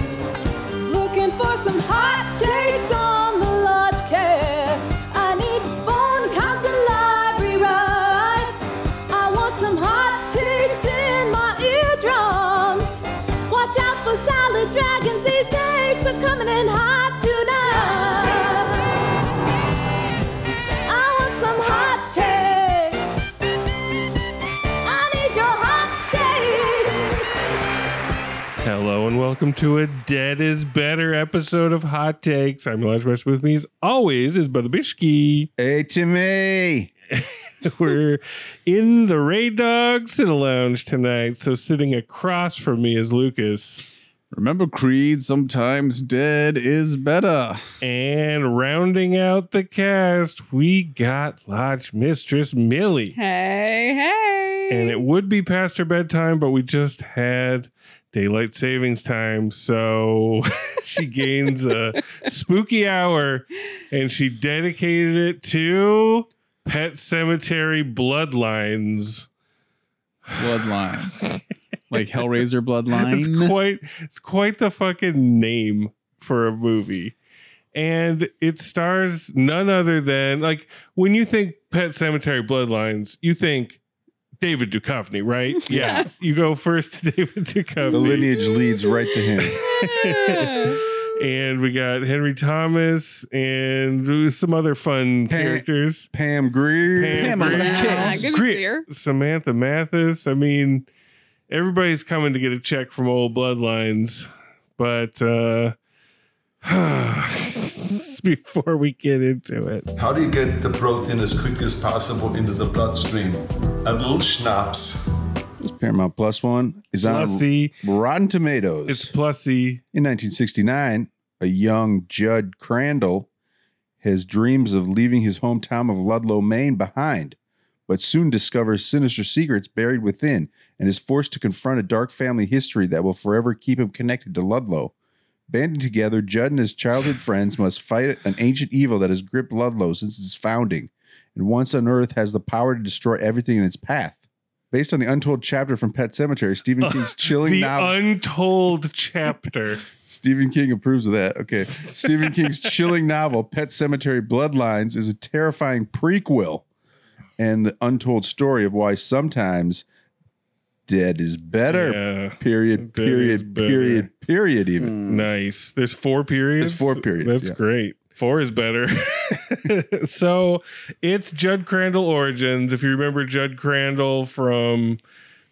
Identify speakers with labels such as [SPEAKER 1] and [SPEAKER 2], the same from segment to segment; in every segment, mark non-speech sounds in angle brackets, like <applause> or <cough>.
[SPEAKER 1] Looking for some hot takes on the Lodge Cast. I need phone counts and live rewrites. I want some hot takes in my eardrums. Watch out for solid dragons, these takes are coming in hot tonight. I want some hot takes. I need your hot takes.
[SPEAKER 2] Hello and welcome to a Dead is Better episode of Hot Takes. I'm Elijah West. With me, as always, is Brother Bishki. <laughs>
[SPEAKER 3] HMA.
[SPEAKER 2] We're in the Ray Dog Cine Lounge tonight. So, sitting across from me is Lucas.
[SPEAKER 3] Remember Creed, sometimes dead is better.
[SPEAKER 2] And rounding out the cast, we got Lodge Mistress Millie.
[SPEAKER 4] Hey, hey.
[SPEAKER 2] And it would be past her bedtime, but we just had daylight savings time. So <laughs> she gains a spooky hour and she dedicated it to Pet Cemetery Bloodlines. <laughs>
[SPEAKER 3] Bloodlines. like Hellraiser
[SPEAKER 2] It's
[SPEAKER 3] Bloodline.
[SPEAKER 2] quite it's quite the fucking name for a movie. And it stars none other than like when you think Pet Cemetery Bloodlines, you think David Duchovny,
[SPEAKER 5] <laughs>
[SPEAKER 2] right? Yeah. you go first to <laughs> David Duchovny.
[SPEAKER 5] The lineage leads right to him.
[SPEAKER 2] and we got Henry Thomas and some other fun
[SPEAKER 5] Pam-
[SPEAKER 2] characters.
[SPEAKER 5] Pam Greer.
[SPEAKER 2] Pam
[SPEAKER 3] Pamela
[SPEAKER 2] Grier.
[SPEAKER 4] Ah,
[SPEAKER 3] Kiss.
[SPEAKER 4] good to
[SPEAKER 2] Grier.
[SPEAKER 4] see her.
[SPEAKER 2] Samantha Mathis. I mean, everybody's coming to get a check from old bloodlines, but uh <sighs> before we get into it.
[SPEAKER 6] How do you get the protein as quick as possible into the bloodstream? A little schnapps.
[SPEAKER 5] Paramount Plus One is on
[SPEAKER 2] Plussy.
[SPEAKER 5] Rotten Tomatoes.
[SPEAKER 2] It's Plussy.
[SPEAKER 5] In 1969, a young Judd Crandall has dreams of leaving his hometown of Ludlow, Maine behind, but soon discovers sinister secrets buried within and is forced to confront a dark family history that will forever keep him connected to Ludlow. Banded together, Judd and his childhood friends must fight an ancient evil that has gripped Ludlow since its founding, and once unearthed has the power to destroy everything in its path. Based on the untold chapter from Pet Cemetery, Stephen King's chilling
[SPEAKER 2] The
[SPEAKER 5] novel.
[SPEAKER 2] untold chapter.
[SPEAKER 5] Stephen King approves of that. Okay. Stephen
[SPEAKER 3] <laughs>
[SPEAKER 5] King's chilling novel, Pet Cemetery Bloodlines, is a terrifying prequel and the untold story of why sometimes dead is better.
[SPEAKER 2] Yeah.
[SPEAKER 5] Period,
[SPEAKER 2] Dead is
[SPEAKER 5] period,
[SPEAKER 2] better.
[SPEAKER 5] period, period, even.
[SPEAKER 2] Nice. There's four periods.
[SPEAKER 5] Mm. There's four periods,
[SPEAKER 2] That's
[SPEAKER 5] yeah.
[SPEAKER 2] great. Four is better. <laughs> so it's Judd Crandall Origins. If you remember Judd Crandall from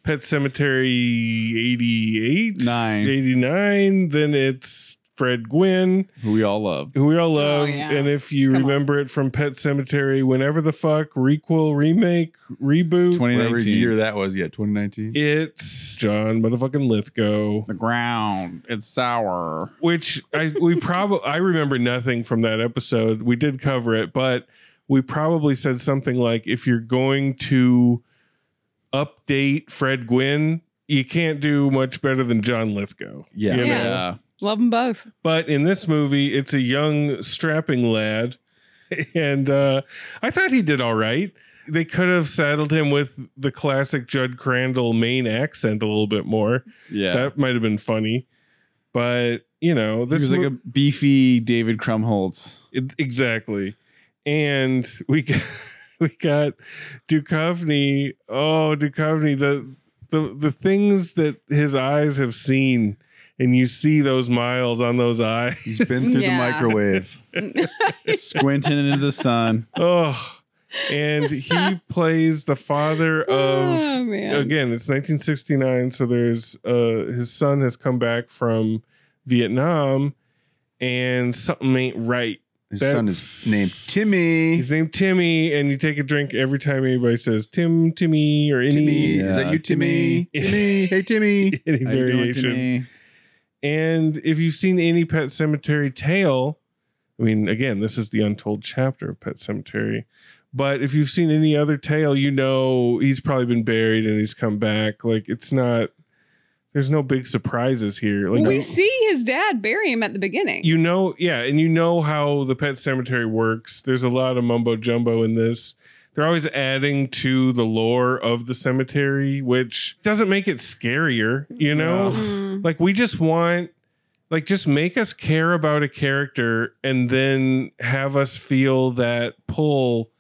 [SPEAKER 2] Pet Cemetery 88,
[SPEAKER 3] Nine.
[SPEAKER 2] 89, then it's Fred Gwynn,
[SPEAKER 3] Who we all love.
[SPEAKER 2] who we all love.
[SPEAKER 4] Oh, yeah.
[SPEAKER 2] And if you
[SPEAKER 4] Come on.
[SPEAKER 2] remember it from Pet Cemetery, whenever the fuck, requel, remake, reboot,
[SPEAKER 5] Whatever
[SPEAKER 3] 2019.
[SPEAKER 5] year that was, yeah, 2019.
[SPEAKER 2] it's John motherfucking Lithgow.
[SPEAKER 3] the ground. It's sour.
[SPEAKER 2] which I we probably I remember nothing from that episode. We did cover it, but we probably said something like if you're going to update Fred Gwynn, you can't do much better than John Lithgow.
[SPEAKER 5] Yeah.
[SPEAKER 2] You know?
[SPEAKER 4] Yeah. Love
[SPEAKER 5] <laughs>
[SPEAKER 4] them both.
[SPEAKER 2] But in this movie, it's a young strapping lad <laughs> and uh I thought he did all right. They could have saddled him with the classic Judd Crandall Maine accent a little bit more.
[SPEAKER 3] Yeah.
[SPEAKER 2] That might have been funny. But, you know,
[SPEAKER 3] he
[SPEAKER 2] this
[SPEAKER 3] was
[SPEAKER 2] mo-
[SPEAKER 3] like a beefy David Krumholtz.
[SPEAKER 2] It- exactly. And we <laughs> got, we got Duchovny. Oh, Duchovny, the the the things that his eyes have seen, and you see those miles on those eyes.
[SPEAKER 5] He's been
[SPEAKER 3] <laughs>
[SPEAKER 5] through
[SPEAKER 4] Yeah.
[SPEAKER 5] the microwave.
[SPEAKER 3] Squinting into the sun.
[SPEAKER 2] <laughs> Oh, and
[SPEAKER 4] <laughs>
[SPEAKER 2] he plays the father
[SPEAKER 4] <laughs> oh,
[SPEAKER 2] of.
[SPEAKER 4] man.
[SPEAKER 2] Again, it's 1969, so there's uh his son has come back from Vietnam, and something ain't right.
[SPEAKER 5] His
[SPEAKER 2] That's-
[SPEAKER 5] son is named Timmy.
[SPEAKER 2] He's named Timmy, and you take a drink every time anybody says Tim, Timmy, or any,
[SPEAKER 5] Timmy. Is
[SPEAKER 3] Yeah,
[SPEAKER 5] that you, Timmy? Timmy. Hey, Timmy.
[SPEAKER 2] <laughs> any
[SPEAKER 3] How you doing,
[SPEAKER 2] variation.
[SPEAKER 3] Timmy?
[SPEAKER 2] And if you've seen any Pet Cemetery tale, I mean, again, this is the untold chapter of Pet Cemetery, But if you've seen any other tale, you know he's probably been buried and he's come back. Like it's not. There's no big surprises here. Like
[SPEAKER 4] Well, we see his dad bury him at the beginning.
[SPEAKER 2] you know, yeah, and you know how the pet cemetery works. There's a lot of mumbo jumbo in this. They're always adding to the lore of the cemetery, which doesn't make it scarier, you know?
[SPEAKER 4] Mm.
[SPEAKER 2] Like we just want like just make us care about a character and then have us feel that pull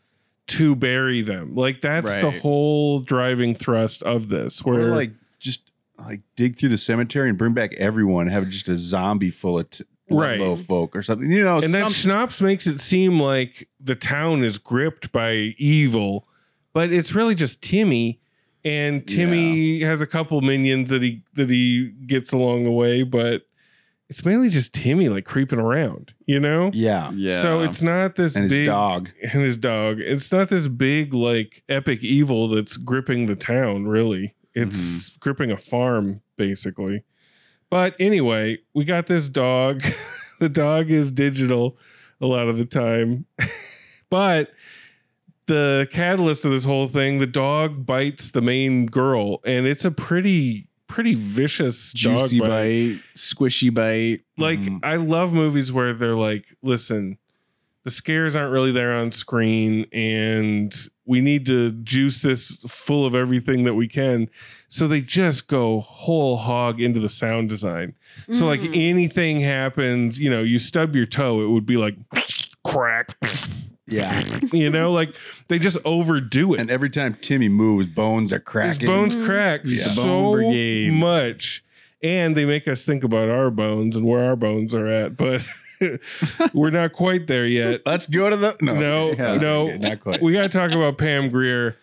[SPEAKER 2] to bury them. Like that's the
[SPEAKER 3] Right.
[SPEAKER 2] whole driving thrust of this.
[SPEAKER 5] Or
[SPEAKER 2] Where
[SPEAKER 5] like just like dig through the cemetery and bring back everyone, have just a zombie full of t-
[SPEAKER 2] Right.
[SPEAKER 5] low folk or something. You know,
[SPEAKER 2] and that
[SPEAKER 5] some-
[SPEAKER 2] schnapps makes it seem like the town is gripped by evil, but it's really just Timmy. And Timmy has a couple minions that he that he gets along the way, but it's mainly just Timmy like creeping around, you know.
[SPEAKER 5] yeah,
[SPEAKER 3] Yeah.
[SPEAKER 2] So it's not this
[SPEAKER 5] and his
[SPEAKER 2] big
[SPEAKER 5] dog.
[SPEAKER 2] and <laughs> his dog. It's not this big like epic evil that's gripping the town. Really, it's gripping a farm basically. But anyway, we got this dog. <laughs> the dog is digital a lot of the time, <laughs> but the catalyst of this whole thing, the dog bites the main girl, and it's a pretty pretty vicious
[SPEAKER 3] juicy
[SPEAKER 2] dog
[SPEAKER 3] bite. squishy bite.
[SPEAKER 2] like
[SPEAKER 5] Mm-hmm.
[SPEAKER 3] Mm.
[SPEAKER 2] I love movies where they're like, listen, the scares aren't really there on screen, and we need to juice this full of everything that we can. So they just go whole hog into the sound design. So like
[SPEAKER 4] Mm.
[SPEAKER 2] anything happens, you know, you stub your toe, it would be like crack.
[SPEAKER 5] Yeah,
[SPEAKER 2] <laughs> You know, like they just overdo it.
[SPEAKER 5] and every time Timmy moves, bones are
[SPEAKER 2] His
[SPEAKER 5] cracking.
[SPEAKER 2] bones
[SPEAKER 4] Mhm.
[SPEAKER 2] crack
[SPEAKER 3] Yeah.
[SPEAKER 2] so
[SPEAKER 3] The bone brigade.
[SPEAKER 2] much, and they make us think about our bones and where our bones are at, but <laughs> we're not quite there yet.
[SPEAKER 5] Let's go to the no,
[SPEAKER 2] No,
[SPEAKER 5] Yeah,
[SPEAKER 2] no.
[SPEAKER 5] okay, not quite.
[SPEAKER 2] We got to talk about Pam Greer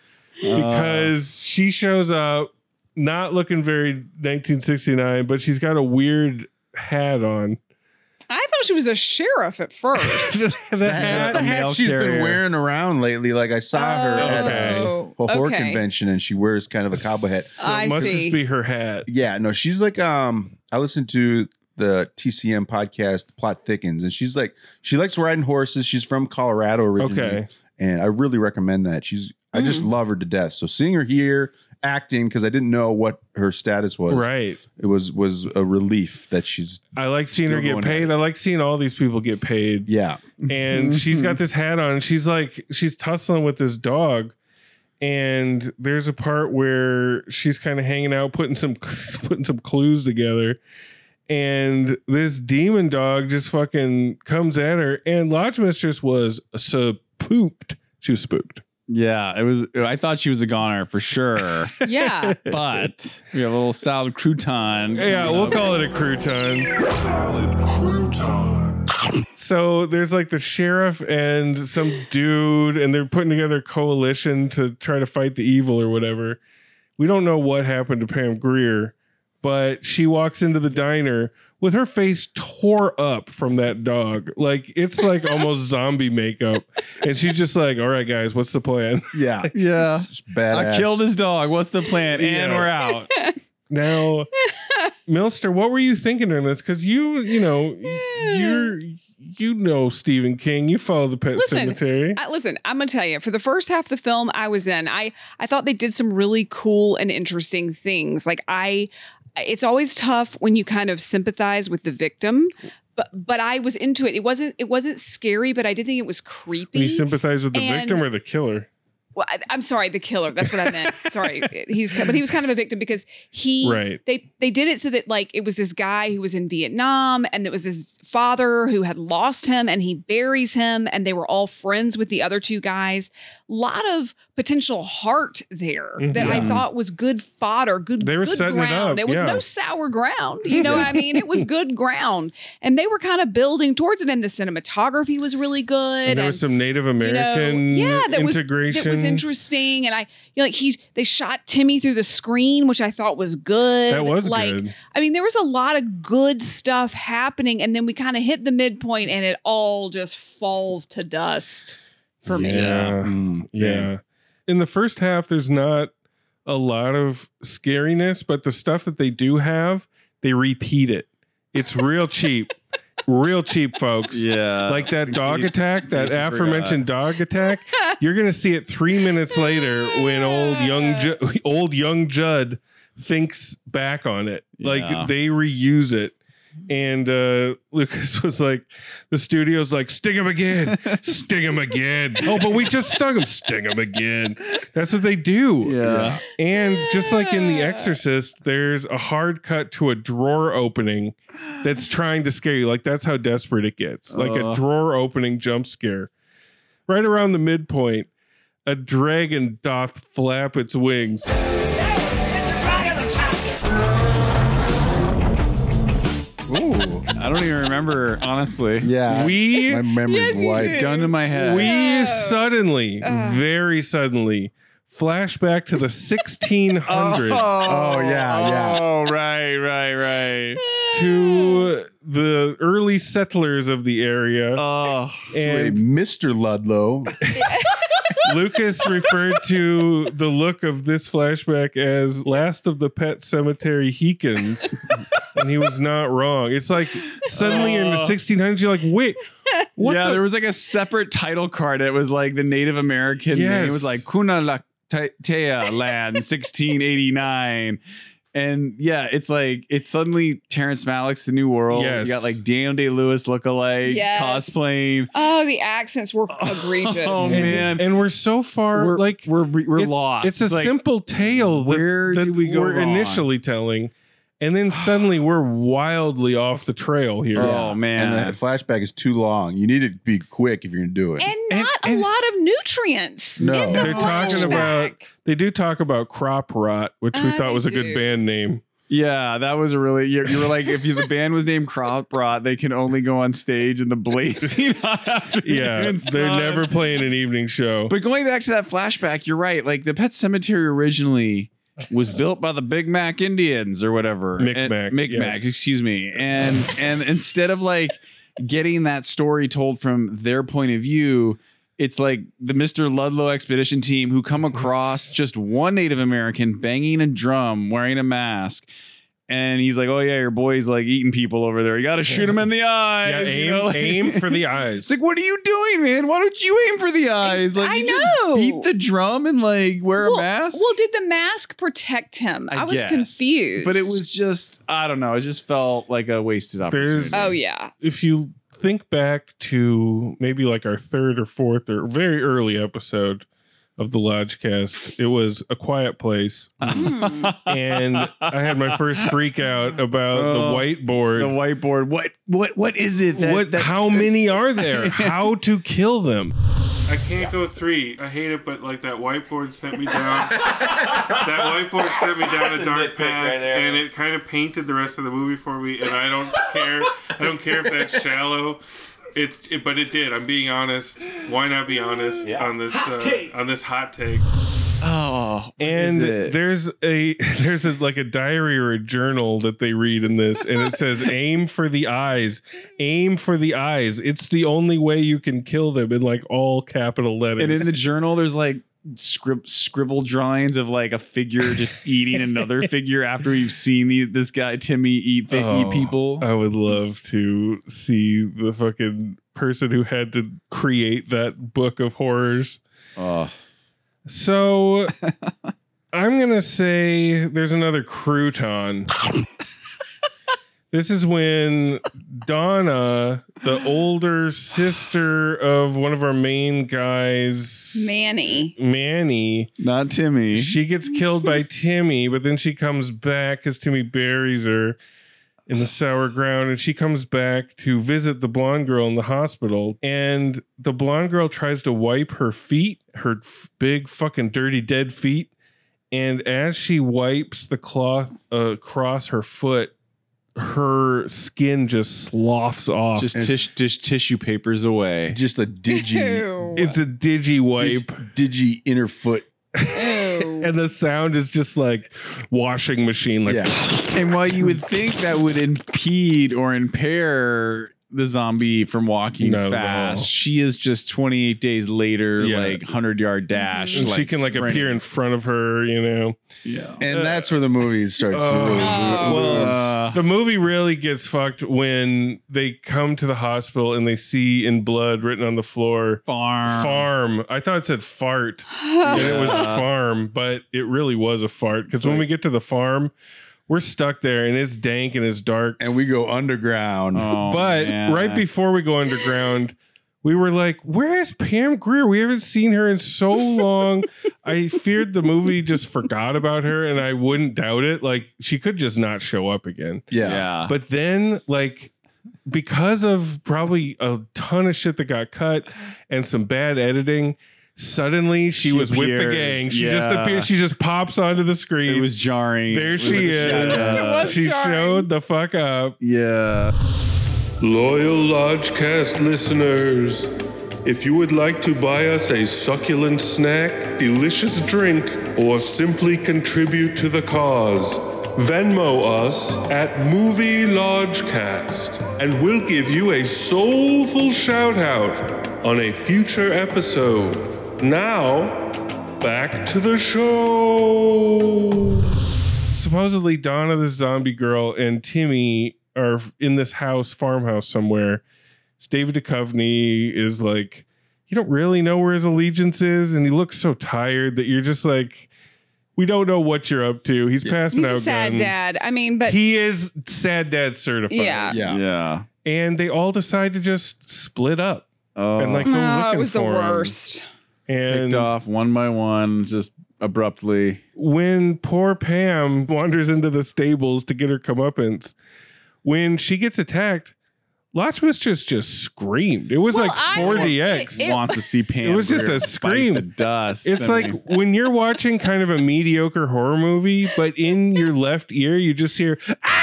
[SPEAKER 5] Uh.
[SPEAKER 2] because she shows up not looking very 1969, but she's got a weird hat on.
[SPEAKER 4] I thought she was a sheriff at first.
[SPEAKER 2] the
[SPEAKER 5] That's
[SPEAKER 2] hat.
[SPEAKER 5] <laughs> the hat
[SPEAKER 3] mail
[SPEAKER 5] she's been
[SPEAKER 3] carrier.
[SPEAKER 5] wearing around lately. Like <laughs> I saw her at a,
[SPEAKER 4] Oh,
[SPEAKER 5] a horror
[SPEAKER 4] okay.
[SPEAKER 5] convention, and she wears kind of a cowboy hat.
[SPEAKER 2] So
[SPEAKER 4] I
[SPEAKER 2] must
[SPEAKER 4] see.
[SPEAKER 2] just be her hat.
[SPEAKER 5] Yeah, no, she's like um I listened to the TCM podcast Plot Thickens and she's like she likes riding horses. She's from Colorado originally.
[SPEAKER 2] Okay.
[SPEAKER 5] And I really recommend that. She's I just
[SPEAKER 4] Mm.
[SPEAKER 5] love her to death. So seeing her here acting cuz I didn't know what her status was.
[SPEAKER 2] Right.
[SPEAKER 5] It was was a relief that she's
[SPEAKER 2] I like seeing
[SPEAKER 5] Still
[SPEAKER 2] her get
[SPEAKER 5] going at
[SPEAKER 2] paid.
[SPEAKER 5] it.
[SPEAKER 2] I like seeing all these people get paid.
[SPEAKER 5] yeah.
[SPEAKER 2] and she's got this hat on. She's like she's tussling with this dog, and there's a part where she's kind of hanging out, putting some <laughs> putting some clues together, and this demon dog just fucking comes at her. And lodge mistress was so pooped. She was spooked.
[SPEAKER 3] Yeah, it was. I thought she was a goner for <laughs> sure,
[SPEAKER 4] Yeah.
[SPEAKER 5] <laughs>
[SPEAKER 3] but we have a little salad crouton.
[SPEAKER 2] Yeah, uh, we'll call it a crouton.
[SPEAKER 6] Salad crouton.
[SPEAKER 2] So there's like the sheriff and some dude, and they're putting together a coalition to try to fight the evil or whatever. We don't know what happened to Pam Greer, but she walks into the diner with her face tore up from that dog. Like it's like almost zombie makeup. And she's just like, all right, guys, what's the plan?
[SPEAKER 5] Yeah.
[SPEAKER 4] <laughs>
[SPEAKER 3] Yeah.
[SPEAKER 5] She's badass.
[SPEAKER 3] I killed his dog. What's the plan? And
[SPEAKER 2] Yeah.
[SPEAKER 3] we're out.
[SPEAKER 4] <laughs>
[SPEAKER 2] Now, Milster, what were you thinking in this? Because you, you
[SPEAKER 4] <sighs>
[SPEAKER 2] know, you're, you know, Stephen King, you follow the pet
[SPEAKER 4] Listen,
[SPEAKER 2] cemetery.
[SPEAKER 4] I, listen, I'm gonna tell you. For the first half of the film I was in, I I thought they did some really cool and interesting things. Like I, it's always tough when you kind of sympathize with the victim, but but I was into it. It wasn't it wasn't scary, but I did think it was creepy.
[SPEAKER 2] you sympathize with the
[SPEAKER 4] and-
[SPEAKER 2] victim or the killer?
[SPEAKER 4] Well, I, I'm sorry, the killer. That's what
[SPEAKER 2] <laughs>
[SPEAKER 4] I meant. sorry, he's but he was kind of a victim because he
[SPEAKER 2] Right.
[SPEAKER 4] they they did it so that like it was this guy who was in Vietnam and it was his father who had lost him and he buries him and they were all friends with the other two guys. Lot of potential heart there that I
[SPEAKER 3] Yeah.
[SPEAKER 4] thought was good fodder, good
[SPEAKER 2] Mm-hmm. They were
[SPEAKER 4] good
[SPEAKER 2] setting it
[SPEAKER 4] ground.
[SPEAKER 2] up,
[SPEAKER 4] There was
[SPEAKER 2] yeah.
[SPEAKER 4] no sour ground, you know. what I mean,
[SPEAKER 2] <laughs>
[SPEAKER 4] it was good ground, and they were kind of building towards it. And the cinematography was really good.
[SPEAKER 2] And there was
[SPEAKER 4] and-
[SPEAKER 2] some Native
[SPEAKER 4] you know,
[SPEAKER 2] American
[SPEAKER 4] was-
[SPEAKER 2] integration.
[SPEAKER 4] that was interesting, and I you know, like he's they shot Timmy through the screen, which I thought was good.
[SPEAKER 2] That was
[SPEAKER 4] like
[SPEAKER 2] good.
[SPEAKER 4] I mean, there was a lot of good stuff happening, and then we kind of hit the midpoint, and it all just falls to dust for me.
[SPEAKER 2] Yeah.
[SPEAKER 3] Mm,
[SPEAKER 2] Yeah. In the first half, there's not a lot of
[SPEAKER 4] <laughs>
[SPEAKER 2] scariness, but the stuff that they do have, they repeat it. It's real cheap. real cheap, folks.
[SPEAKER 3] <laughs> Yeah.
[SPEAKER 2] Like
[SPEAKER 3] <laughs>
[SPEAKER 2] that dog
[SPEAKER 3] uh, You-
[SPEAKER 2] attack, that
[SPEAKER 3] Jason forgot.
[SPEAKER 2] aforementioned dog attack, you're gonna see it three minutes later when old young Ju- old young Judd thinks back on it.
[SPEAKER 3] Yeah.
[SPEAKER 2] Like they reuse it, and uh, Lucas <laughs> was like, the studio's like, sting him
[SPEAKER 3] <laughs>
[SPEAKER 2] again, sting him again. Oh, but we just stung him, sting him again. That's what they do.
[SPEAKER 3] Yeah.
[SPEAKER 2] And just like in The
[SPEAKER 4] Yeah.
[SPEAKER 2] Exorcist, there's a hard cut to a drawer opening that's trying to scare you. Like that's how desperate it gets. Like
[SPEAKER 3] Uh.
[SPEAKER 2] a drawer opening jump scare. Right around the midpoint, a dragon doth flap its wings.
[SPEAKER 3] Ooh. I don't even remember, honestly.
[SPEAKER 5] Yeah.
[SPEAKER 2] We
[SPEAKER 5] my memory's
[SPEAKER 4] Yes, you
[SPEAKER 5] wiped.
[SPEAKER 4] did.
[SPEAKER 3] Gun to my head.
[SPEAKER 2] we
[SPEAKER 4] No.
[SPEAKER 2] suddenly, very suddenly, flash back to the 1600s.
[SPEAKER 5] Oh, yeah, yeah.
[SPEAKER 3] Oh, right, right, <laughs> right.
[SPEAKER 2] To the early settlers of the area,
[SPEAKER 3] Oh,
[SPEAKER 5] Wait,
[SPEAKER 2] and
[SPEAKER 5] Mr. Ludlow.
[SPEAKER 2] Lucas referred to the look of this flashback as Last of the Pet Cemetery Heekins. and he was not wrong. It's like suddenly in the
[SPEAKER 3] Oh.
[SPEAKER 2] 1600s, you're like, wait, what?
[SPEAKER 3] yeah.
[SPEAKER 2] the-
[SPEAKER 3] there was like a separate title card. It was like the Native American name. It was
[SPEAKER 2] Yes.
[SPEAKER 3] like Kunalaktea Land, 1689. And yeah, it's like it's suddenly Terrence Malick's The New World.
[SPEAKER 2] Yes.
[SPEAKER 3] You got like Daniel Day Lewis lookalike
[SPEAKER 4] Yes.
[SPEAKER 3] cosplaying.
[SPEAKER 4] Oh, the accents
[SPEAKER 2] <laughs>
[SPEAKER 4] were egregious.
[SPEAKER 3] Oh,
[SPEAKER 2] and,
[SPEAKER 3] man.
[SPEAKER 2] And we're so far,
[SPEAKER 3] We're
[SPEAKER 2] like,
[SPEAKER 3] like we're re- we're
[SPEAKER 2] it's,
[SPEAKER 3] lost.
[SPEAKER 2] It's a
[SPEAKER 3] Like,
[SPEAKER 2] simple tale that,
[SPEAKER 3] where
[SPEAKER 2] that
[SPEAKER 3] did we go
[SPEAKER 2] we're
[SPEAKER 3] wrong?
[SPEAKER 2] initially telling. And then suddenly we're wildly off the trail here.
[SPEAKER 3] Oh man.
[SPEAKER 5] And the flashback is too long. You need to be quick if you're going to do it.
[SPEAKER 4] and
[SPEAKER 3] And-
[SPEAKER 4] not
[SPEAKER 3] and-
[SPEAKER 4] a lot of nutrients.
[SPEAKER 5] No.
[SPEAKER 4] in the
[SPEAKER 2] They're talking about-
[SPEAKER 4] flashback.
[SPEAKER 2] They do talk about crop rot, which we
[SPEAKER 4] Ah,
[SPEAKER 2] thought
[SPEAKER 4] they
[SPEAKER 2] was a good
[SPEAKER 4] do.
[SPEAKER 2] band
[SPEAKER 3] <laughs>
[SPEAKER 2] name.
[SPEAKER 3] Yeah, that was a really you, you were like if you, the band was named Crop Rot, they can only go on stage in the blazing <laughs> hot afternoon.
[SPEAKER 2] Yeah, they're
[SPEAKER 3] sun.
[SPEAKER 2] never playing an evening show.
[SPEAKER 3] But going back to that flashback, you're right. Like the Pet Cemetery originally was built by the Big Mac Indians or whatever.
[SPEAKER 2] Micmac,
[SPEAKER 3] And- Micmac,
[SPEAKER 2] yes.
[SPEAKER 3] excuse me. And and instead of like getting that story told from their point of view, it's like the Mr. Ludlow expedition team who come across just one Native American banging a drum, wearing a mask. And he's like, "Oh yeah, your boy's like eating people over there. You got to shoot him in the eye."
[SPEAKER 2] Yeah, aim, aim for the eyes.
[SPEAKER 3] It's like, what are you doing, man? Why don't you aim for the eyes? Like,
[SPEAKER 4] I
[SPEAKER 3] you
[SPEAKER 4] know.
[SPEAKER 3] just beat the drum and like wear
[SPEAKER 4] well,
[SPEAKER 3] a mask.
[SPEAKER 4] Well, did the mask protect him? I, was
[SPEAKER 3] guess.
[SPEAKER 4] confused.
[SPEAKER 3] but it was just I don't know. It just felt like a wasted opportunity.
[SPEAKER 2] There's-
[SPEAKER 4] Oh yeah.
[SPEAKER 2] <laughs> If you think back to maybe like our third or fourth or very early episode of the Lodgecast, it was a quiet place, and I had my first freak out about
[SPEAKER 3] Oh,
[SPEAKER 2] the whiteboard.
[SPEAKER 3] the whiteboard. What what what is it? That,
[SPEAKER 2] what?
[SPEAKER 3] that-
[SPEAKER 2] how many are
[SPEAKER 3] <laughs>
[SPEAKER 2] there? How to kill them? I can't go three. I hate it, but like that whiteboard sent me down. that whiteboard sent me down a, dark path, and it kind of painted the rest of the movie for me. And I don't care. I don't care if that's shallow. It's, it, but it did. I'm being honest. Why not be honest on this uh, on this hot take?
[SPEAKER 3] Oh, what
[SPEAKER 2] and
[SPEAKER 3] is it?
[SPEAKER 2] there's a <laughs> there's a, like a diary or a journal that they read in this and it
[SPEAKER 3] <laughs>
[SPEAKER 2] says aim for the eyes aim for the eyes it's the only way you can kill them in like all capital letters
[SPEAKER 3] and in the journal, there's like scrib- scribble drawings of like a figure
[SPEAKER 2] <laughs>
[SPEAKER 3] just eating another figure after you've seen the, this guy Timmy eat the,
[SPEAKER 2] Oh,
[SPEAKER 3] eat people.
[SPEAKER 2] i would love to see the fucking person who had to create that book of horrors
[SPEAKER 3] oh.
[SPEAKER 2] so i'm gonna say there's another crouton This is when Donna, the older sister of one of our main guys,
[SPEAKER 4] Manny.
[SPEAKER 2] Manny,
[SPEAKER 3] Not Timmy.
[SPEAKER 2] she gets killed by Timmy, but then she comes back because Timmy buries her in the sour ground and she comes back to visit the blonde girl in the hospital and the blonde girl tries to wipe her feet her f- big fucking dirty dead feet and as she wipes the cloth uh, across her foot her skin just sloughs off
[SPEAKER 3] just
[SPEAKER 5] It's-
[SPEAKER 3] tish, tish, tissue papers away.
[SPEAKER 5] Just a digi,
[SPEAKER 4] Ew.
[SPEAKER 2] it's a digi wipe <laughs> Oh
[SPEAKER 5] dig, digi inner foot.
[SPEAKER 4] Ew.
[SPEAKER 2] and the sound is just like washing machine like
[SPEAKER 5] Yeah. <laughs>
[SPEAKER 3] And while you would think that would impede or impair the zombie from Walking
[SPEAKER 2] No,
[SPEAKER 3] Fast.
[SPEAKER 2] no.
[SPEAKER 3] She is just 28 days later,
[SPEAKER 2] Yeah.
[SPEAKER 3] like 100 yard dash.
[SPEAKER 2] And she can like
[SPEAKER 3] sprinting.
[SPEAKER 2] appear in front of her, you know.
[SPEAKER 3] Yeah.
[SPEAKER 5] And that's where the movie starts to
[SPEAKER 2] Oh.
[SPEAKER 5] really
[SPEAKER 4] Oh.
[SPEAKER 5] lose.
[SPEAKER 3] Uh,
[SPEAKER 2] The movie really gets fucked when they come to the hospital and they see in blood written on the floor
[SPEAKER 3] farm. Uh.
[SPEAKER 2] farm. I thought it said fart.
[SPEAKER 4] <sighs>
[SPEAKER 2] and it
[SPEAKER 3] <laughs>
[SPEAKER 2] was farm, but it really was a fart because when we get to the farm, we're stuck there and it's dank and it's dark.
[SPEAKER 5] and we go underground.
[SPEAKER 3] Oh,
[SPEAKER 2] but
[SPEAKER 3] man.
[SPEAKER 2] right before we go underground, we were like, "Where's Pam Greer? We haven't seen her in so
[SPEAKER 3] <laughs>
[SPEAKER 2] long." I feared the movie just forgot about her, and I wouldn't doubt it. Like she could just not show up again.
[SPEAKER 5] yeah.
[SPEAKER 3] Yeah.
[SPEAKER 2] But then, like, because of probably a ton of shit that got cut and some bad editing, suddenly she,
[SPEAKER 3] She
[SPEAKER 2] was with the
[SPEAKER 3] appears.
[SPEAKER 2] gang. She just
[SPEAKER 3] Yeah.
[SPEAKER 2] appears. She just pops onto the
[SPEAKER 3] it
[SPEAKER 2] screen.
[SPEAKER 3] was jarring.
[SPEAKER 2] there
[SPEAKER 3] It
[SPEAKER 2] she
[SPEAKER 3] was-
[SPEAKER 2] is. <laughs>
[SPEAKER 3] Yeah.
[SPEAKER 2] she showed the fuck up.
[SPEAKER 5] Yeah.
[SPEAKER 7] Loyal Lodgecast listeners, if you would like to buy us a succulent snack, delicious drink, or simply contribute to the cause, Venmo us at Movie Lodgecast, and we'll give you a soulful shout out on a future episode. Now, back to the show.
[SPEAKER 2] Supposedly, Donna, the zombie girl, and Timmy are in this house, farmhouse somewhere. It's David Duchovny is like, you don't really know where his allegiance is, and he looks so tired that you're just like, we don't know what you're up to. He's passing
[SPEAKER 4] He's
[SPEAKER 2] out
[SPEAKER 4] a sad
[SPEAKER 2] guns.
[SPEAKER 4] dad. I mean, but
[SPEAKER 2] he is sad dad certified.
[SPEAKER 4] yeah.
[SPEAKER 5] Yeah.
[SPEAKER 3] Yeah.
[SPEAKER 2] And they all decide to just split up
[SPEAKER 3] Oh.
[SPEAKER 2] and like go
[SPEAKER 4] No,
[SPEAKER 2] looking
[SPEAKER 4] it was the
[SPEAKER 2] for him.
[SPEAKER 4] worst.
[SPEAKER 2] And
[SPEAKER 3] picked off one by one, just abruptly.
[SPEAKER 2] when poor Pam wanders into the stables to get her comeuppance, when she gets attacked, Lodge Mistress just screamed. It was
[SPEAKER 4] Well,
[SPEAKER 2] like
[SPEAKER 4] I-
[SPEAKER 2] 4DX.
[SPEAKER 4] It-
[SPEAKER 3] wants to see
[SPEAKER 2] <laughs>
[SPEAKER 3] Pam.
[SPEAKER 2] it was just
[SPEAKER 3] Grier
[SPEAKER 2] a
[SPEAKER 3] bite
[SPEAKER 2] scream.
[SPEAKER 3] The dust.
[SPEAKER 2] it's
[SPEAKER 3] I
[SPEAKER 2] like
[SPEAKER 3] mean,
[SPEAKER 2] when you're watching kind of a mediocre horror movie, but in
[SPEAKER 4] <laughs>
[SPEAKER 2] your left ear, you just hear, ah!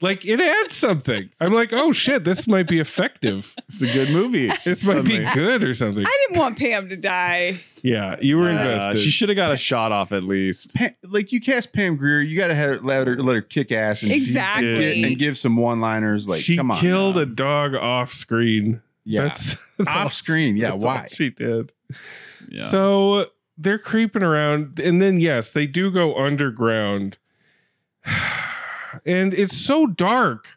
[SPEAKER 2] Like it adds something. I'm like, oh shit, this might be effective.
[SPEAKER 3] it's a good
[SPEAKER 2] <laughs>
[SPEAKER 3] movie.
[SPEAKER 2] This might be good or something.
[SPEAKER 4] I didn't want Pam to die.
[SPEAKER 2] Yeah, <laughs> you were
[SPEAKER 3] Uh,
[SPEAKER 2] invested.
[SPEAKER 3] she should have got a shot off at least.
[SPEAKER 5] Pa- like you cast Pam Greer, you got to let her let her kick ass and,
[SPEAKER 4] Exactly.
[SPEAKER 5] and, give some one liners. Like,
[SPEAKER 2] she
[SPEAKER 5] come on,
[SPEAKER 2] killed
[SPEAKER 5] now.
[SPEAKER 2] a dog off screen.
[SPEAKER 5] yeah.
[SPEAKER 2] That's, <laughs> that's
[SPEAKER 5] Off
[SPEAKER 2] all-
[SPEAKER 5] screen, yeah,
[SPEAKER 2] that's all
[SPEAKER 5] why?
[SPEAKER 2] she did.
[SPEAKER 3] Yeah.
[SPEAKER 2] So they're creeping around, and then yes, they do go underground, <sighs> and it's so dark.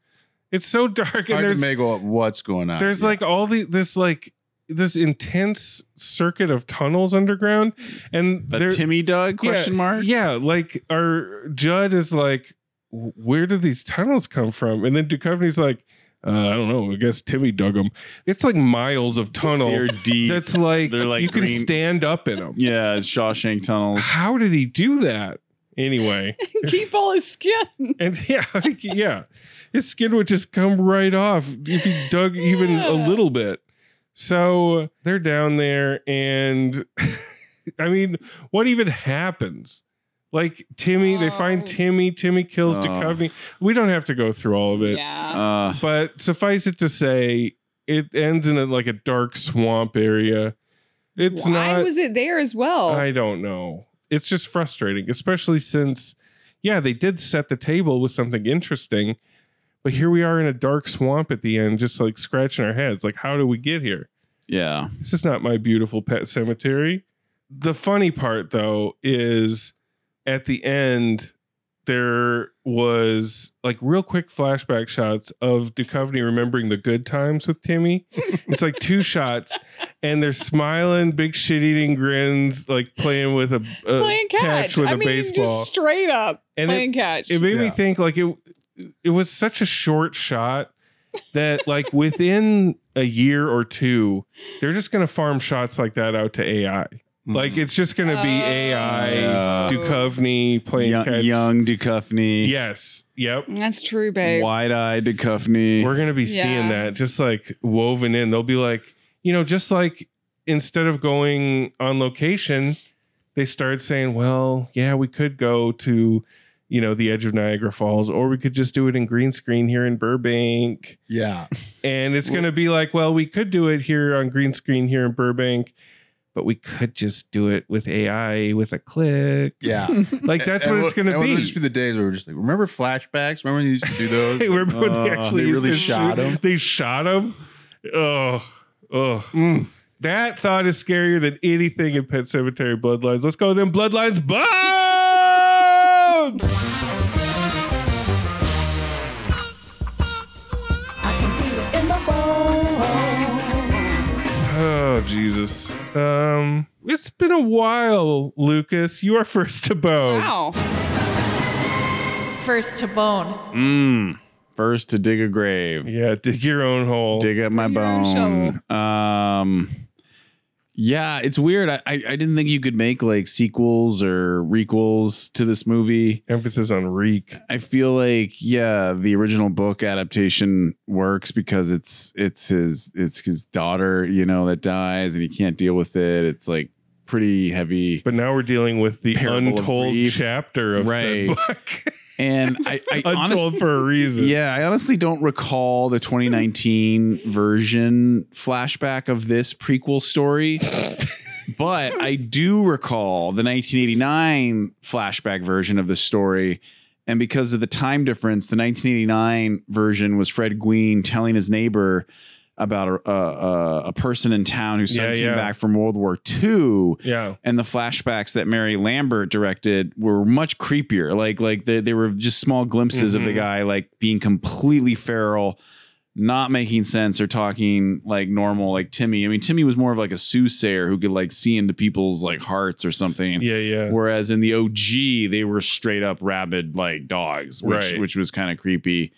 [SPEAKER 2] It's so dark, and
[SPEAKER 5] Hard to
[SPEAKER 2] there's
[SPEAKER 5] make out what's going on.
[SPEAKER 2] there's
[SPEAKER 5] uh, Yeah.
[SPEAKER 2] like all the this like this intense circuit of tunnels underground, and
[SPEAKER 3] The
[SPEAKER 2] they're-
[SPEAKER 3] Timmy Doug
[SPEAKER 2] yeah,
[SPEAKER 3] question mark?
[SPEAKER 2] Yeah, like our Judd is like, "W- where do these tunnels come from? And then Duchovny's like, uh, I don't know. I guess Timmy dug them. It's like miles of tunnel.
[SPEAKER 3] They're deep.
[SPEAKER 2] That's like,
[SPEAKER 3] They're like
[SPEAKER 2] you can
[SPEAKER 3] green-
[SPEAKER 2] stand up in them.
[SPEAKER 3] yeah,
[SPEAKER 2] <laughs>
[SPEAKER 3] Shawshank tunnels.
[SPEAKER 2] How did he do that? Anyway,
[SPEAKER 4] <laughs> Keep all his skin.
[SPEAKER 2] and <laughs> yeah, like, yeah, his skin would just come right off if he dug even a
[SPEAKER 4] Yeah.
[SPEAKER 2] little bit. So they're down there, and <laughs> I mean, what even happens? Like Timmy, they
[SPEAKER 4] Oh.
[SPEAKER 2] find Timmy. Timmy kills
[SPEAKER 3] Oh.
[SPEAKER 2] Duchovny. We don't have to go through all of it,
[SPEAKER 4] Yeah.
[SPEAKER 3] Uh,
[SPEAKER 2] but suffice it to say, it ends in a, like a dark swamp area. It's
[SPEAKER 4] Why
[SPEAKER 2] not.
[SPEAKER 4] was it there as well?
[SPEAKER 2] I don't know. It's just frustrating, especially since, yeah, they did set the table with something interesting, but here we are in a dark swamp at the end, just like scratching our heads. Like, how do we get here?
[SPEAKER 3] yeah.
[SPEAKER 2] This is not my beautiful pet cemetery. The funny part, though, is at the end, there was like real quick flashback shots of Duchovny remembering the good times with Timmy. It's like
[SPEAKER 4] <laughs>
[SPEAKER 2] two shots, and they're smiling, big shit eating grins, like playing with a, a
[SPEAKER 4] playing catch.
[SPEAKER 2] uh, with a
[SPEAKER 4] I mean,
[SPEAKER 2] baseball.
[SPEAKER 4] just straight up
[SPEAKER 2] And it-
[SPEAKER 4] playing catch.
[SPEAKER 2] it made me
[SPEAKER 5] Yeah.
[SPEAKER 2] think like it. It was such a short shot that
[SPEAKER 3] <laughs>
[SPEAKER 2] like within a year or two, they're just gonna farm shots like that out to AI.
[SPEAKER 5] Mm-hmm.
[SPEAKER 2] Like it's just gonna be
[SPEAKER 4] Oh.
[SPEAKER 2] AI
[SPEAKER 3] Yeah.
[SPEAKER 2] Duchovny playing
[SPEAKER 3] Young,
[SPEAKER 2] catch.
[SPEAKER 3] young Duchovny.
[SPEAKER 2] Yes. Yep.
[SPEAKER 4] That's true, babe.
[SPEAKER 3] Wide eyed Duchovny.
[SPEAKER 2] We're gonna be seeing
[SPEAKER 4] Yeah.
[SPEAKER 2] that just like woven in. They'll be like, you know, just like instead of going on location, they start saying, Well, yeah, we could go to, you know, the edge of Niagara Falls, or we could just do it in green screen here in Burbank.
[SPEAKER 5] yeah,
[SPEAKER 2] And it's gonna be like, well, we could do it here on green screen here in Burbank. but we could just do it with AI with a click.
[SPEAKER 5] Yeah.
[SPEAKER 2] Like <laughs> that's
[SPEAKER 5] And-
[SPEAKER 2] what
[SPEAKER 5] and
[SPEAKER 2] it's going to
[SPEAKER 5] and
[SPEAKER 2] be.
[SPEAKER 5] It'll just be the days where we're just like, remember flashbacks? Remember when they used to do those?
[SPEAKER 2] Hey, remember when <laughs> they
[SPEAKER 5] Uh,
[SPEAKER 2] actually
[SPEAKER 5] they
[SPEAKER 2] used
[SPEAKER 5] really
[SPEAKER 2] to
[SPEAKER 5] shot
[SPEAKER 2] shoot-
[SPEAKER 5] him.
[SPEAKER 2] They shot him. Oh, oh.
[SPEAKER 5] Mm.
[SPEAKER 2] That thought is scarier than anything in Pet Cemetery Bloodlines. Let's go, then Bloodlines bones. Oh Jesus! Um, it's been a while, Lucas. You are first to bone.
[SPEAKER 4] Wow.
[SPEAKER 8] First to bone.
[SPEAKER 3] Mm. First to dig a grave.
[SPEAKER 2] Yeah, dig your own hole.
[SPEAKER 3] Dig up my
[SPEAKER 4] Your own
[SPEAKER 3] bone. Um Yeah, it's weird. I, I I didn't think you could make like sequels or requels to this movie.
[SPEAKER 2] Emphasis on reek.
[SPEAKER 3] I feel like yeah, the original book adaptation works because it's it's his it's his daughter, you know, that dies and he can't deal with it. It's like pretty heavy.
[SPEAKER 2] But now we're dealing with the
[SPEAKER 3] Parable of
[SPEAKER 2] untold
[SPEAKER 3] Grief.
[SPEAKER 2] chapter of
[SPEAKER 3] Right.
[SPEAKER 2] said book.
[SPEAKER 3] And I, I honestly
[SPEAKER 2] <laughs> untold for a reason.
[SPEAKER 3] Yeah, I honestly don't recall the 2019 <laughs> version flashback of this prequel story. <laughs> but I do recall the 1989 flashback version of the story. And because of the time difference, the 1989 version was Fred Gwynne telling his neighbor about a, a, a- a person in town whose son
[SPEAKER 2] Yeah,
[SPEAKER 3] came
[SPEAKER 2] yeah.
[SPEAKER 3] back from World War II
[SPEAKER 2] Yeah.
[SPEAKER 3] and the flashbacks that Mary Lambert directed were much creepier. Like like they, they were just small glimpses of the
[SPEAKER 2] Mhm.
[SPEAKER 3] guy like being completely feral, not making sense or talking like normal like Timmy. I mean Timmy was more of like a soothsayer who could like see into people's like hearts or something.
[SPEAKER 2] Yeah, yeah.
[SPEAKER 3] Whereas in the OG, they were straight up rabid like dogs, which
[SPEAKER 2] Right.
[SPEAKER 3] which was kind of creepy.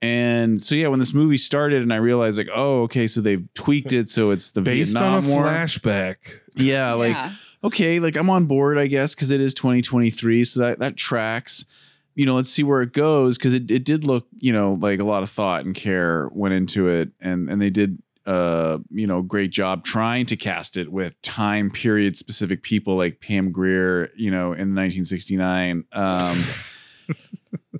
[SPEAKER 3] And so yeah, when this movie started, and I realized like, oh, okay, so they've tweaked it so it's the
[SPEAKER 2] Based on
[SPEAKER 3] Vietnam
[SPEAKER 2] a
[SPEAKER 3] War.
[SPEAKER 2] flashback.
[SPEAKER 3] Yeah, like
[SPEAKER 4] yeah.
[SPEAKER 3] okay, like I'm on board, I guess, because it is 2023, so that that tracks. You know, let's see where it goes because it, it did look, you know, like a lot of thought and care went into it, and and they did, uh, you know, great job trying to cast it with time period specific people like Pam Greer, you know, in 1969. Um,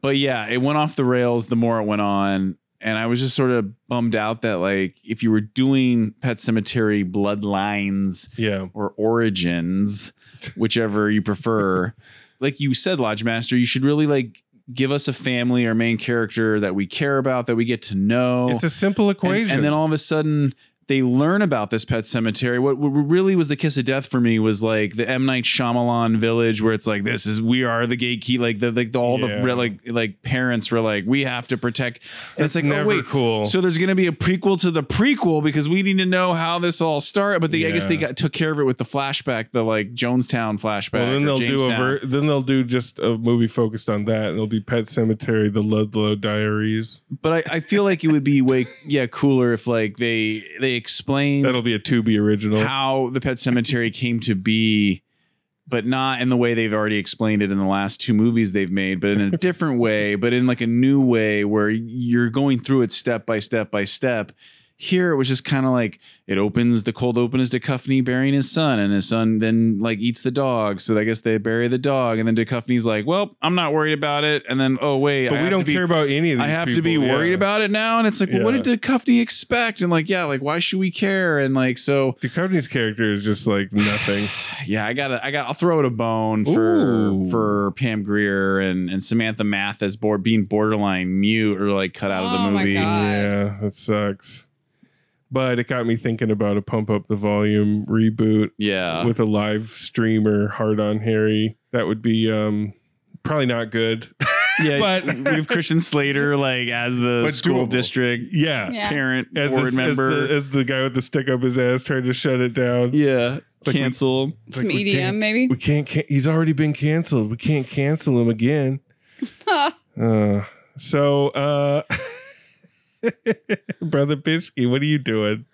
[SPEAKER 3] but yeah, it went off the rails the more it went on. And I was just sort of bummed out that like if you were doing Pet Cemetery Bloodlines,
[SPEAKER 2] Yeah.
[SPEAKER 3] or origins, whichever
[SPEAKER 2] <laughs>
[SPEAKER 3] you prefer. like you said, Lodge Master, you should really like give us a family or main character that we care about, that we get to know.
[SPEAKER 2] It's a simple
[SPEAKER 3] Oh. And-
[SPEAKER 2] equation.
[SPEAKER 3] And, then all of a sudden they learn about this pet cemetery. What, what really was the kiss of death for me was like the M Night Shyamalan village, where it's like this is we are the gatekeeper. Like the like the, all
[SPEAKER 2] Yeah.
[SPEAKER 3] the re- like like parents were like we have to protect. And
[SPEAKER 2] That's
[SPEAKER 3] it's like
[SPEAKER 2] never
[SPEAKER 3] oh wait,
[SPEAKER 2] cool.
[SPEAKER 3] so there's going to be a prequel to the prequel because we need to know how this all started. But they, I guess they
[SPEAKER 2] Yeah.
[SPEAKER 3] got took care of it with the flashback, the like Jonestown flashback.
[SPEAKER 2] well, then
[SPEAKER 3] or
[SPEAKER 2] they'll do a
[SPEAKER 3] Jamestown.
[SPEAKER 2] ver- then they'll do just a movie focused on that. It'll be Pet Cemetery, The Ludlow Diaries.
[SPEAKER 3] But I, I feel like it would be way yeah cooler if like they they explained
[SPEAKER 2] That'll be a Tubi original.
[SPEAKER 3] how the pet cemetery came to be. But not in the way they've already explained it in the last two movies they've made, but in
[SPEAKER 2] <laughs>
[SPEAKER 3] a different way, but in like a new way where you're going through it step by step by step. Here it was just kind of like it opens the cold open is DeCuffney burying his son, and his son then like eats the dog. So I guess they bury the dog, and then DeCuffney's like, "Well, I'm not worried about it." And then oh wait,
[SPEAKER 2] but we
[SPEAKER 3] I have to
[SPEAKER 2] don't
[SPEAKER 3] be-
[SPEAKER 2] care about any of these
[SPEAKER 3] I have to be
[SPEAKER 2] people. Yeah.
[SPEAKER 3] worried about it now, and it's like, well, what
[SPEAKER 2] Yeah.
[SPEAKER 3] did DeCuffney expect? And like, yeah, like why should we care? And like so,
[SPEAKER 2] the company's character is just like nothing.
[SPEAKER 3] <laughs> yeah, I got to I got. I'll throw it a bone for
[SPEAKER 2] Ooh.
[SPEAKER 3] for Pam Greer and and Samantha Math as board being borderline mute or like cut out of
[SPEAKER 4] Oh
[SPEAKER 3] the
[SPEAKER 4] my
[SPEAKER 3] movie.
[SPEAKER 4] God.
[SPEAKER 2] Yeah, that sucks. But it got me thinking about a pump up the volume reboot
[SPEAKER 3] Yeah, <laughs>
[SPEAKER 2] with a live streamer hard on Harry. That would be um probably not good. <laughs>
[SPEAKER 3] yeah.
[SPEAKER 2] but-
[SPEAKER 3] we have Christian Slater like as the
[SPEAKER 5] But
[SPEAKER 3] school
[SPEAKER 5] doable.
[SPEAKER 3] district
[SPEAKER 2] Yeah.
[SPEAKER 4] Yeah.
[SPEAKER 3] parent
[SPEAKER 2] As,
[SPEAKER 3] board
[SPEAKER 2] the, as,
[SPEAKER 3] member.
[SPEAKER 2] the, as the guy with the stick up his ass trying to shut it down.
[SPEAKER 3] yeah,
[SPEAKER 2] like we-
[SPEAKER 3] cancel.
[SPEAKER 2] It's like,
[SPEAKER 4] Some
[SPEAKER 2] we can't-
[SPEAKER 4] EDM maybe. <laughs>
[SPEAKER 2] We can't, can He's already been canceled. We can't cancel him again.
[SPEAKER 4] Oh,
[SPEAKER 2] uh, so, uh, <laughs> brother Bishke, what are you doing?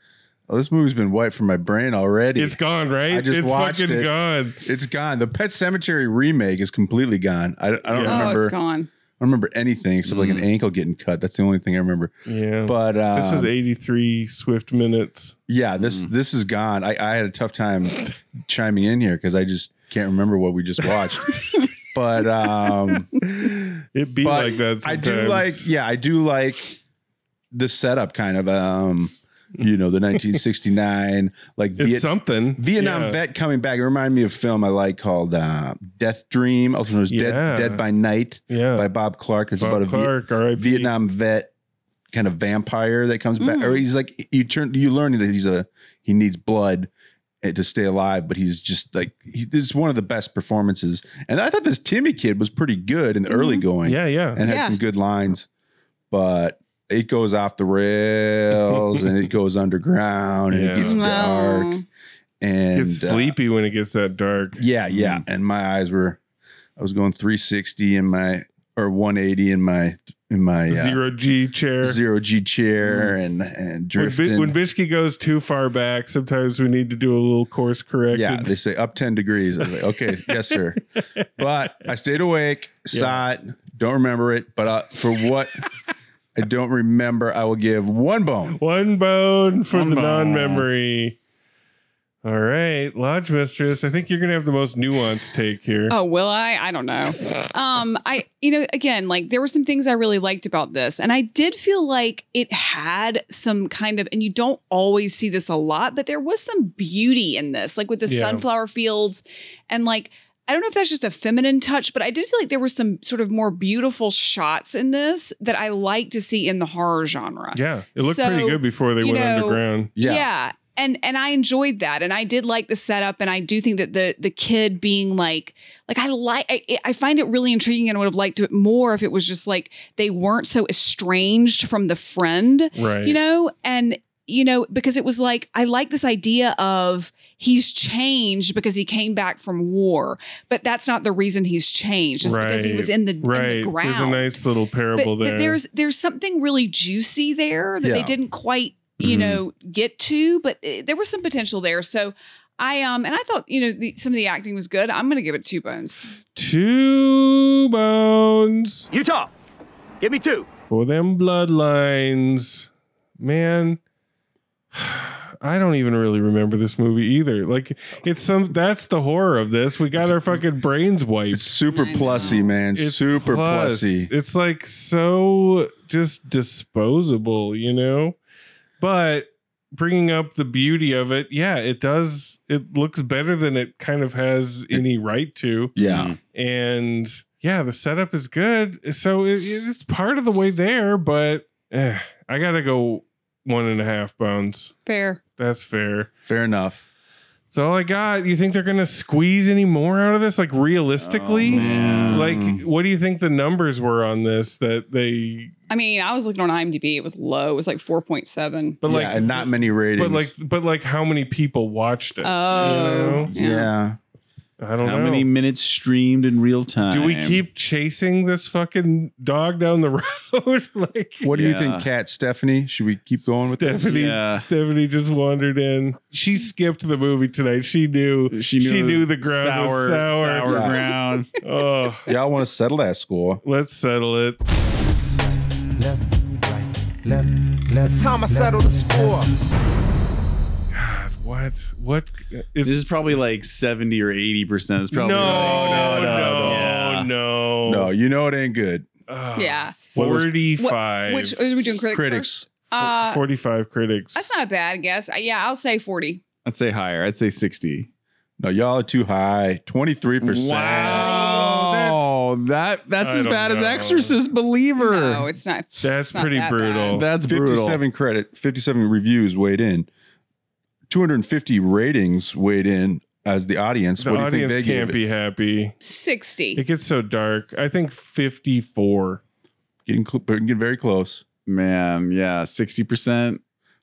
[SPEAKER 5] Oh, this movie's been wiped from my brain already.
[SPEAKER 2] It's gone, right?
[SPEAKER 5] I just
[SPEAKER 2] it's
[SPEAKER 5] watched
[SPEAKER 2] fucking
[SPEAKER 5] it.
[SPEAKER 2] gone.
[SPEAKER 5] It's gone. The Pet Cemetery remake is completely gone. I, I don't
[SPEAKER 2] Yeah.
[SPEAKER 4] oh,
[SPEAKER 5] remember.
[SPEAKER 4] it's
[SPEAKER 5] I
[SPEAKER 4] gone.
[SPEAKER 5] don't remember anything except like an ankle getting cut. That's the only thing I remember.
[SPEAKER 2] Yeah.
[SPEAKER 5] But um,
[SPEAKER 2] this is Mm. 83 swift
[SPEAKER 5] <laughs>
[SPEAKER 2] minutes.
[SPEAKER 5] yeah, this this is gone. I, I had a
[SPEAKER 2] <laughs>
[SPEAKER 5] tough time chiming in here because I just can't remember what we
[SPEAKER 2] <laughs>
[SPEAKER 5] just watched. but um,
[SPEAKER 2] It be
[SPEAKER 5] but
[SPEAKER 2] like that. Sometimes.
[SPEAKER 5] I do like yeah, I do like the setup kind of um
[SPEAKER 2] <laughs>
[SPEAKER 5] you know, the 1969, like
[SPEAKER 2] It's
[SPEAKER 5] Viet-
[SPEAKER 2] something.
[SPEAKER 5] Vietnam
[SPEAKER 2] Yeah.
[SPEAKER 5] vet coming back. It reminded me of a film I like called uh, Death Dream, also known as
[SPEAKER 2] Yeah.
[SPEAKER 5] Dead, Dead by Night
[SPEAKER 2] Yeah.
[SPEAKER 5] by Bob Clark. It's
[SPEAKER 2] Bob
[SPEAKER 5] about a Viet-
[SPEAKER 2] Clark, RIP.
[SPEAKER 5] Vietnam vet kind of vampire that comes back. Or he's like you turn you learn that he's a he needs blood eh, to stay alive, but he's just like he, it's one of the best performances. And I thought this Timmy kid was pretty good in the early going.
[SPEAKER 2] Yeah, yeah.
[SPEAKER 5] And had
[SPEAKER 4] Yeah.
[SPEAKER 5] some good lines. But it goes off the
[SPEAKER 2] <laughs>
[SPEAKER 5] rails and it goes underground and
[SPEAKER 2] Yeah.
[SPEAKER 5] it
[SPEAKER 4] Mm,
[SPEAKER 5] gets dark
[SPEAKER 4] Well,
[SPEAKER 5] and
[SPEAKER 2] gets
[SPEAKER 5] uh,
[SPEAKER 2] sleepy when it gets that dark.
[SPEAKER 5] yeah, yeah.
[SPEAKER 2] Mm.
[SPEAKER 5] And my eyes were, I was going 360 in my or 180 in my in my uh,
[SPEAKER 2] Zero G chair.
[SPEAKER 5] zero G chair and and
[SPEAKER 2] When, Bi-
[SPEAKER 5] drifting.
[SPEAKER 2] when Bishke goes too far back, sometimes we need to do a little course corrected.
[SPEAKER 5] yeah, they say up 10 degrees. I was like, okay,
[SPEAKER 2] <laughs>
[SPEAKER 5] yes, sir. But I stayed awake, saw it, don't remember it. But uh, for
[SPEAKER 2] <laughs>
[SPEAKER 5] what I don't remember, I will give one bone.
[SPEAKER 2] One bone for
[SPEAKER 3] One
[SPEAKER 2] the
[SPEAKER 3] bone.
[SPEAKER 2] non-memory. All right, Lodge Mistress. I think you're gonna have the most nuanced take here.
[SPEAKER 4] Oh, will I? I don't know. Um, I you know, again, like there were some things I really liked about this, and I did feel like it had some kind of, and you don't always see this a lot, but there was some beauty in this, like with the
[SPEAKER 2] Yeah.
[SPEAKER 4] sunflower fields, and like I don't know if that's just a feminine touch, but I did feel like there were some sort of more beautiful shots in this that I like to see in the horror genre.
[SPEAKER 2] Yeah, it looked pretty
[SPEAKER 4] So,
[SPEAKER 2] good before they
[SPEAKER 4] you
[SPEAKER 2] went
[SPEAKER 4] know,
[SPEAKER 2] underground.
[SPEAKER 5] Yeah.
[SPEAKER 4] And and I enjoyed that, and I did like the setup, and I do think that the the kid being like like I like I, I find it really intriguing, and I would have liked it more if it was just like they weren't so estranged from the friend,
[SPEAKER 2] Right.
[SPEAKER 4] you know, and you know because it was like I like this idea of he's changed because he came back from war, but that's not the reason he's changed. It's because he was in the, in the
[SPEAKER 2] right.
[SPEAKER 4] ground
[SPEAKER 2] There's a nice little parable
[SPEAKER 4] but,
[SPEAKER 2] there.
[SPEAKER 4] but there's there's something really juicy there that they
[SPEAKER 5] Yeah.
[SPEAKER 4] didn't quite you
[SPEAKER 5] Mhm.
[SPEAKER 4] know get to but uh, there was some potential there so i um and i thought you know the, some of the acting was good i'm gonna give it two bones
[SPEAKER 2] two bones
[SPEAKER 8] Utah, give me two.
[SPEAKER 2] for them bloodlines. Man, <sighs> I don't even really remember this movie either. Like it's some that's the horror of this. We got our fucking brains wiped.
[SPEAKER 5] It's super plussy, man.
[SPEAKER 2] It's
[SPEAKER 5] super
[SPEAKER 2] plus.
[SPEAKER 5] plussy.
[SPEAKER 2] It's like so just disposable, you know? But bringing up the beauty of it, yeah, it does. It looks better than it kind of has any right to.
[SPEAKER 3] Hmm.
[SPEAKER 5] Yeah.
[SPEAKER 2] And yeah, the setup is good. So it, it's part of the way there, but eh, I got to go one and a half bones.
[SPEAKER 4] fair
[SPEAKER 2] That's fair.
[SPEAKER 5] Fair enough.
[SPEAKER 2] That's all I got. You think they're gonna squeeze any more out of this? Like realistically,
[SPEAKER 3] Oh, man.
[SPEAKER 2] like what do you think the numbers were on this? That they,
[SPEAKER 4] i mean i was looking on imdb it was low it was like 4.7
[SPEAKER 2] but
[SPEAKER 5] yeah,
[SPEAKER 2] like,
[SPEAKER 5] and not many ratings.
[SPEAKER 2] but like, but like, how many people watched it?
[SPEAKER 4] Oh.
[SPEAKER 2] you know?
[SPEAKER 5] yeah.
[SPEAKER 2] I don't
[SPEAKER 3] How
[SPEAKER 2] know.
[SPEAKER 3] many minutes streamed in real time?
[SPEAKER 2] do we keep chasing this fucking dog down the <laughs> road? like,
[SPEAKER 5] What do you
[SPEAKER 3] Yeah.
[SPEAKER 5] think, Kat Stephanie? Should we keep going with that?
[SPEAKER 2] Stephanie,
[SPEAKER 3] Yeah.
[SPEAKER 2] Stephanie just wandered in. She skipped the movie tonight. She knew.
[SPEAKER 3] She knew, it was
[SPEAKER 2] the ground
[SPEAKER 3] sour,
[SPEAKER 2] was sour.
[SPEAKER 3] sour
[SPEAKER 5] Yeah.
[SPEAKER 3] ground.
[SPEAKER 2] <laughs> Oh,
[SPEAKER 5] Y'all want to settle that score?
[SPEAKER 2] let's settle it.
[SPEAKER 8] It's time I settle the score.
[SPEAKER 2] God, what? What is
[SPEAKER 3] This is probably like seventy or eighty percent. It's probably
[SPEAKER 2] no, no,
[SPEAKER 3] like,
[SPEAKER 2] no,
[SPEAKER 3] Yeah.
[SPEAKER 2] no,
[SPEAKER 5] No, you know it ain't good.
[SPEAKER 2] Ugh,
[SPEAKER 4] yeah
[SPEAKER 2] forty-five.
[SPEAKER 4] which are we doing critics,
[SPEAKER 5] Critics.
[SPEAKER 4] first? uh
[SPEAKER 2] forty-five critics.
[SPEAKER 4] that's not a bad guess Uh, yeah i'll say 40
[SPEAKER 3] I'd say higher. I'd say sixty.
[SPEAKER 5] No, y'all are too high. 23%.
[SPEAKER 3] Wow, that that's
[SPEAKER 2] I
[SPEAKER 3] as
[SPEAKER 2] don't
[SPEAKER 3] bad as
[SPEAKER 2] know.
[SPEAKER 3] Exorcist Believer.
[SPEAKER 4] no it's not
[SPEAKER 2] That's
[SPEAKER 4] not
[SPEAKER 2] pretty
[SPEAKER 4] that
[SPEAKER 2] brutal.
[SPEAKER 3] that's brutal.
[SPEAKER 5] 57 credit, 57 reviews weighed in. 250 ratings weighed in as the audience.
[SPEAKER 2] the
[SPEAKER 5] what do you
[SPEAKER 2] audience
[SPEAKER 5] think they
[SPEAKER 2] can't
[SPEAKER 5] gave it?
[SPEAKER 2] be happy.
[SPEAKER 4] 60
[SPEAKER 2] It gets so dark. I think fifty-four.
[SPEAKER 5] Getting, cl- getting very close.
[SPEAKER 3] Man, yeah, sixty percent.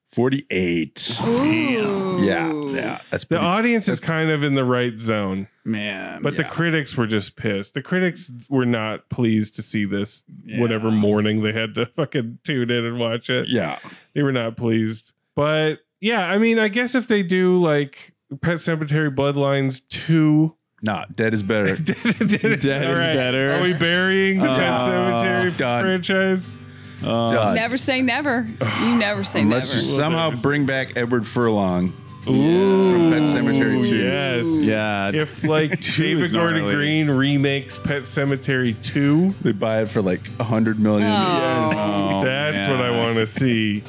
[SPEAKER 5] 48.
[SPEAKER 4] Ooh.
[SPEAKER 5] Yeah, yeah. That's
[SPEAKER 2] The
[SPEAKER 5] pretty,
[SPEAKER 2] audience is kind of in the right zone,
[SPEAKER 3] Man,
[SPEAKER 2] but the
[SPEAKER 3] yeah.
[SPEAKER 2] critics were just pissed. The critics were not pleased to see this. Whatever
[SPEAKER 3] Yeah.
[SPEAKER 2] morning they had to <laughs> fucking tune in and watch it.
[SPEAKER 5] yeah.
[SPEAKER 2] they were not pleased. But yeah, I mean, I guess if they do like Pet Cemetery Bloodlines <laughs> 2,
[SPEAKER 5] Nah, dead is better.
[SPEAKER 2] dead, is
[SPEAKER 3] Dead is better.
[SPEAKER 2] Are we burying the Pet
[SPEAKER 3] Uh,
[SPEAKER 2] Cemetery
[SPEAKER 5] done.
[SPEAKER 2] franchise?
[SPEAKER 5] Done.
[SPEAKER 4] Never say never.
[SPEAKER 5] <sighs>
[SPEAKER 4] You never say
[SPEAKER 5] Unless
[SPEAKER 4] never.
[SPEAKER 5] you somehow
[SPEAKER 2] Well,
[SPEAKER 5] bring back Edward Furlong
[SPEAKER 2] Ooh,
[SPEAKER 5] from Pet Cemetery 2.
[SPEAKER 2] yes.
[SPEAKER 3] yeah,
[SPEAKER 2] If like
[SPEAKER 3] <laughs> Two
[SPEAKER 2] David
[SPEAKER 3] is
[SPEAKER 2] Gordon
[SPEAKER 3] gnarly.
[SPEAKER 2] Green remakes Pet Cemetery 2,
[SPEAKER 5] They buy it for like 100 million.
[SPEAKER 4] Oh.
[SPEAKER 2] that's what I
[SPEAKER 3] man.
[SPEAKER 2] want to see.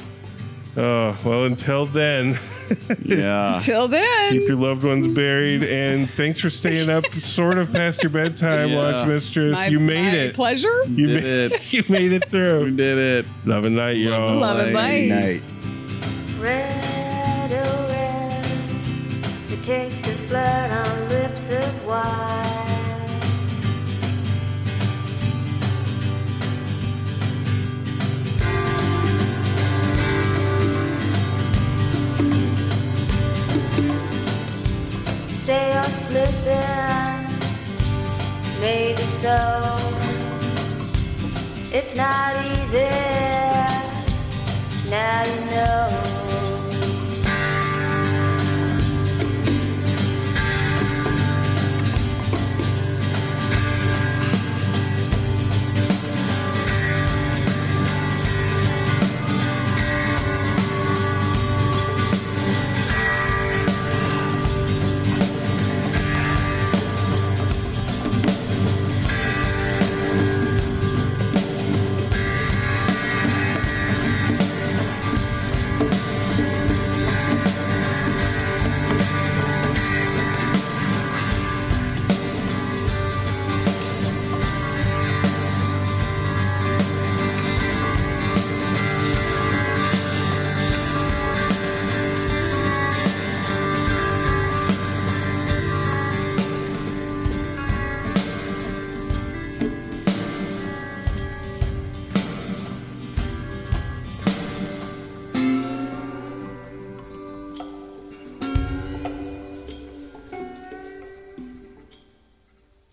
[SPEAKER 2] Oh, well, until then, <laughs>
[SPEAKER 3] Yeah.
[SPEAKER 4] Till then.
[SPEAKER 2] keep your loved ones buried. And thanks for staying up sort of past your bedtime,
[SPEAKER 3] Yeah.
[SPEAKER 2] Lodge Mistress.
[SPEAKER 4] My-
[SPEAKER 2] you made
[SPEAKER 4] my
[SPEAKER 2] it.
[SPEAKER 4] Pleasure.
[SPEAKER 2] You
[SPEAKER 3] Did
[SPEAKER 2] made, <laughs>
[SPEAKER 3] it.
[SPEAKER 2] you made it
[SPEAKER 3] We
[SPEAKER 2] through.
[SPEAKER 3] did it.
[SPEAKER 2] Love and light, y'all.
[SPEAKER 4] Love and light.
[SPEAKER 5] Night.
[SPEAKER 1] Red, oh red, the taste of blood on lips of wine. Say you're slipping, maybe so. It's not easy. Now you know.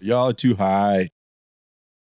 [SPEAKER 5] Y'all are too high.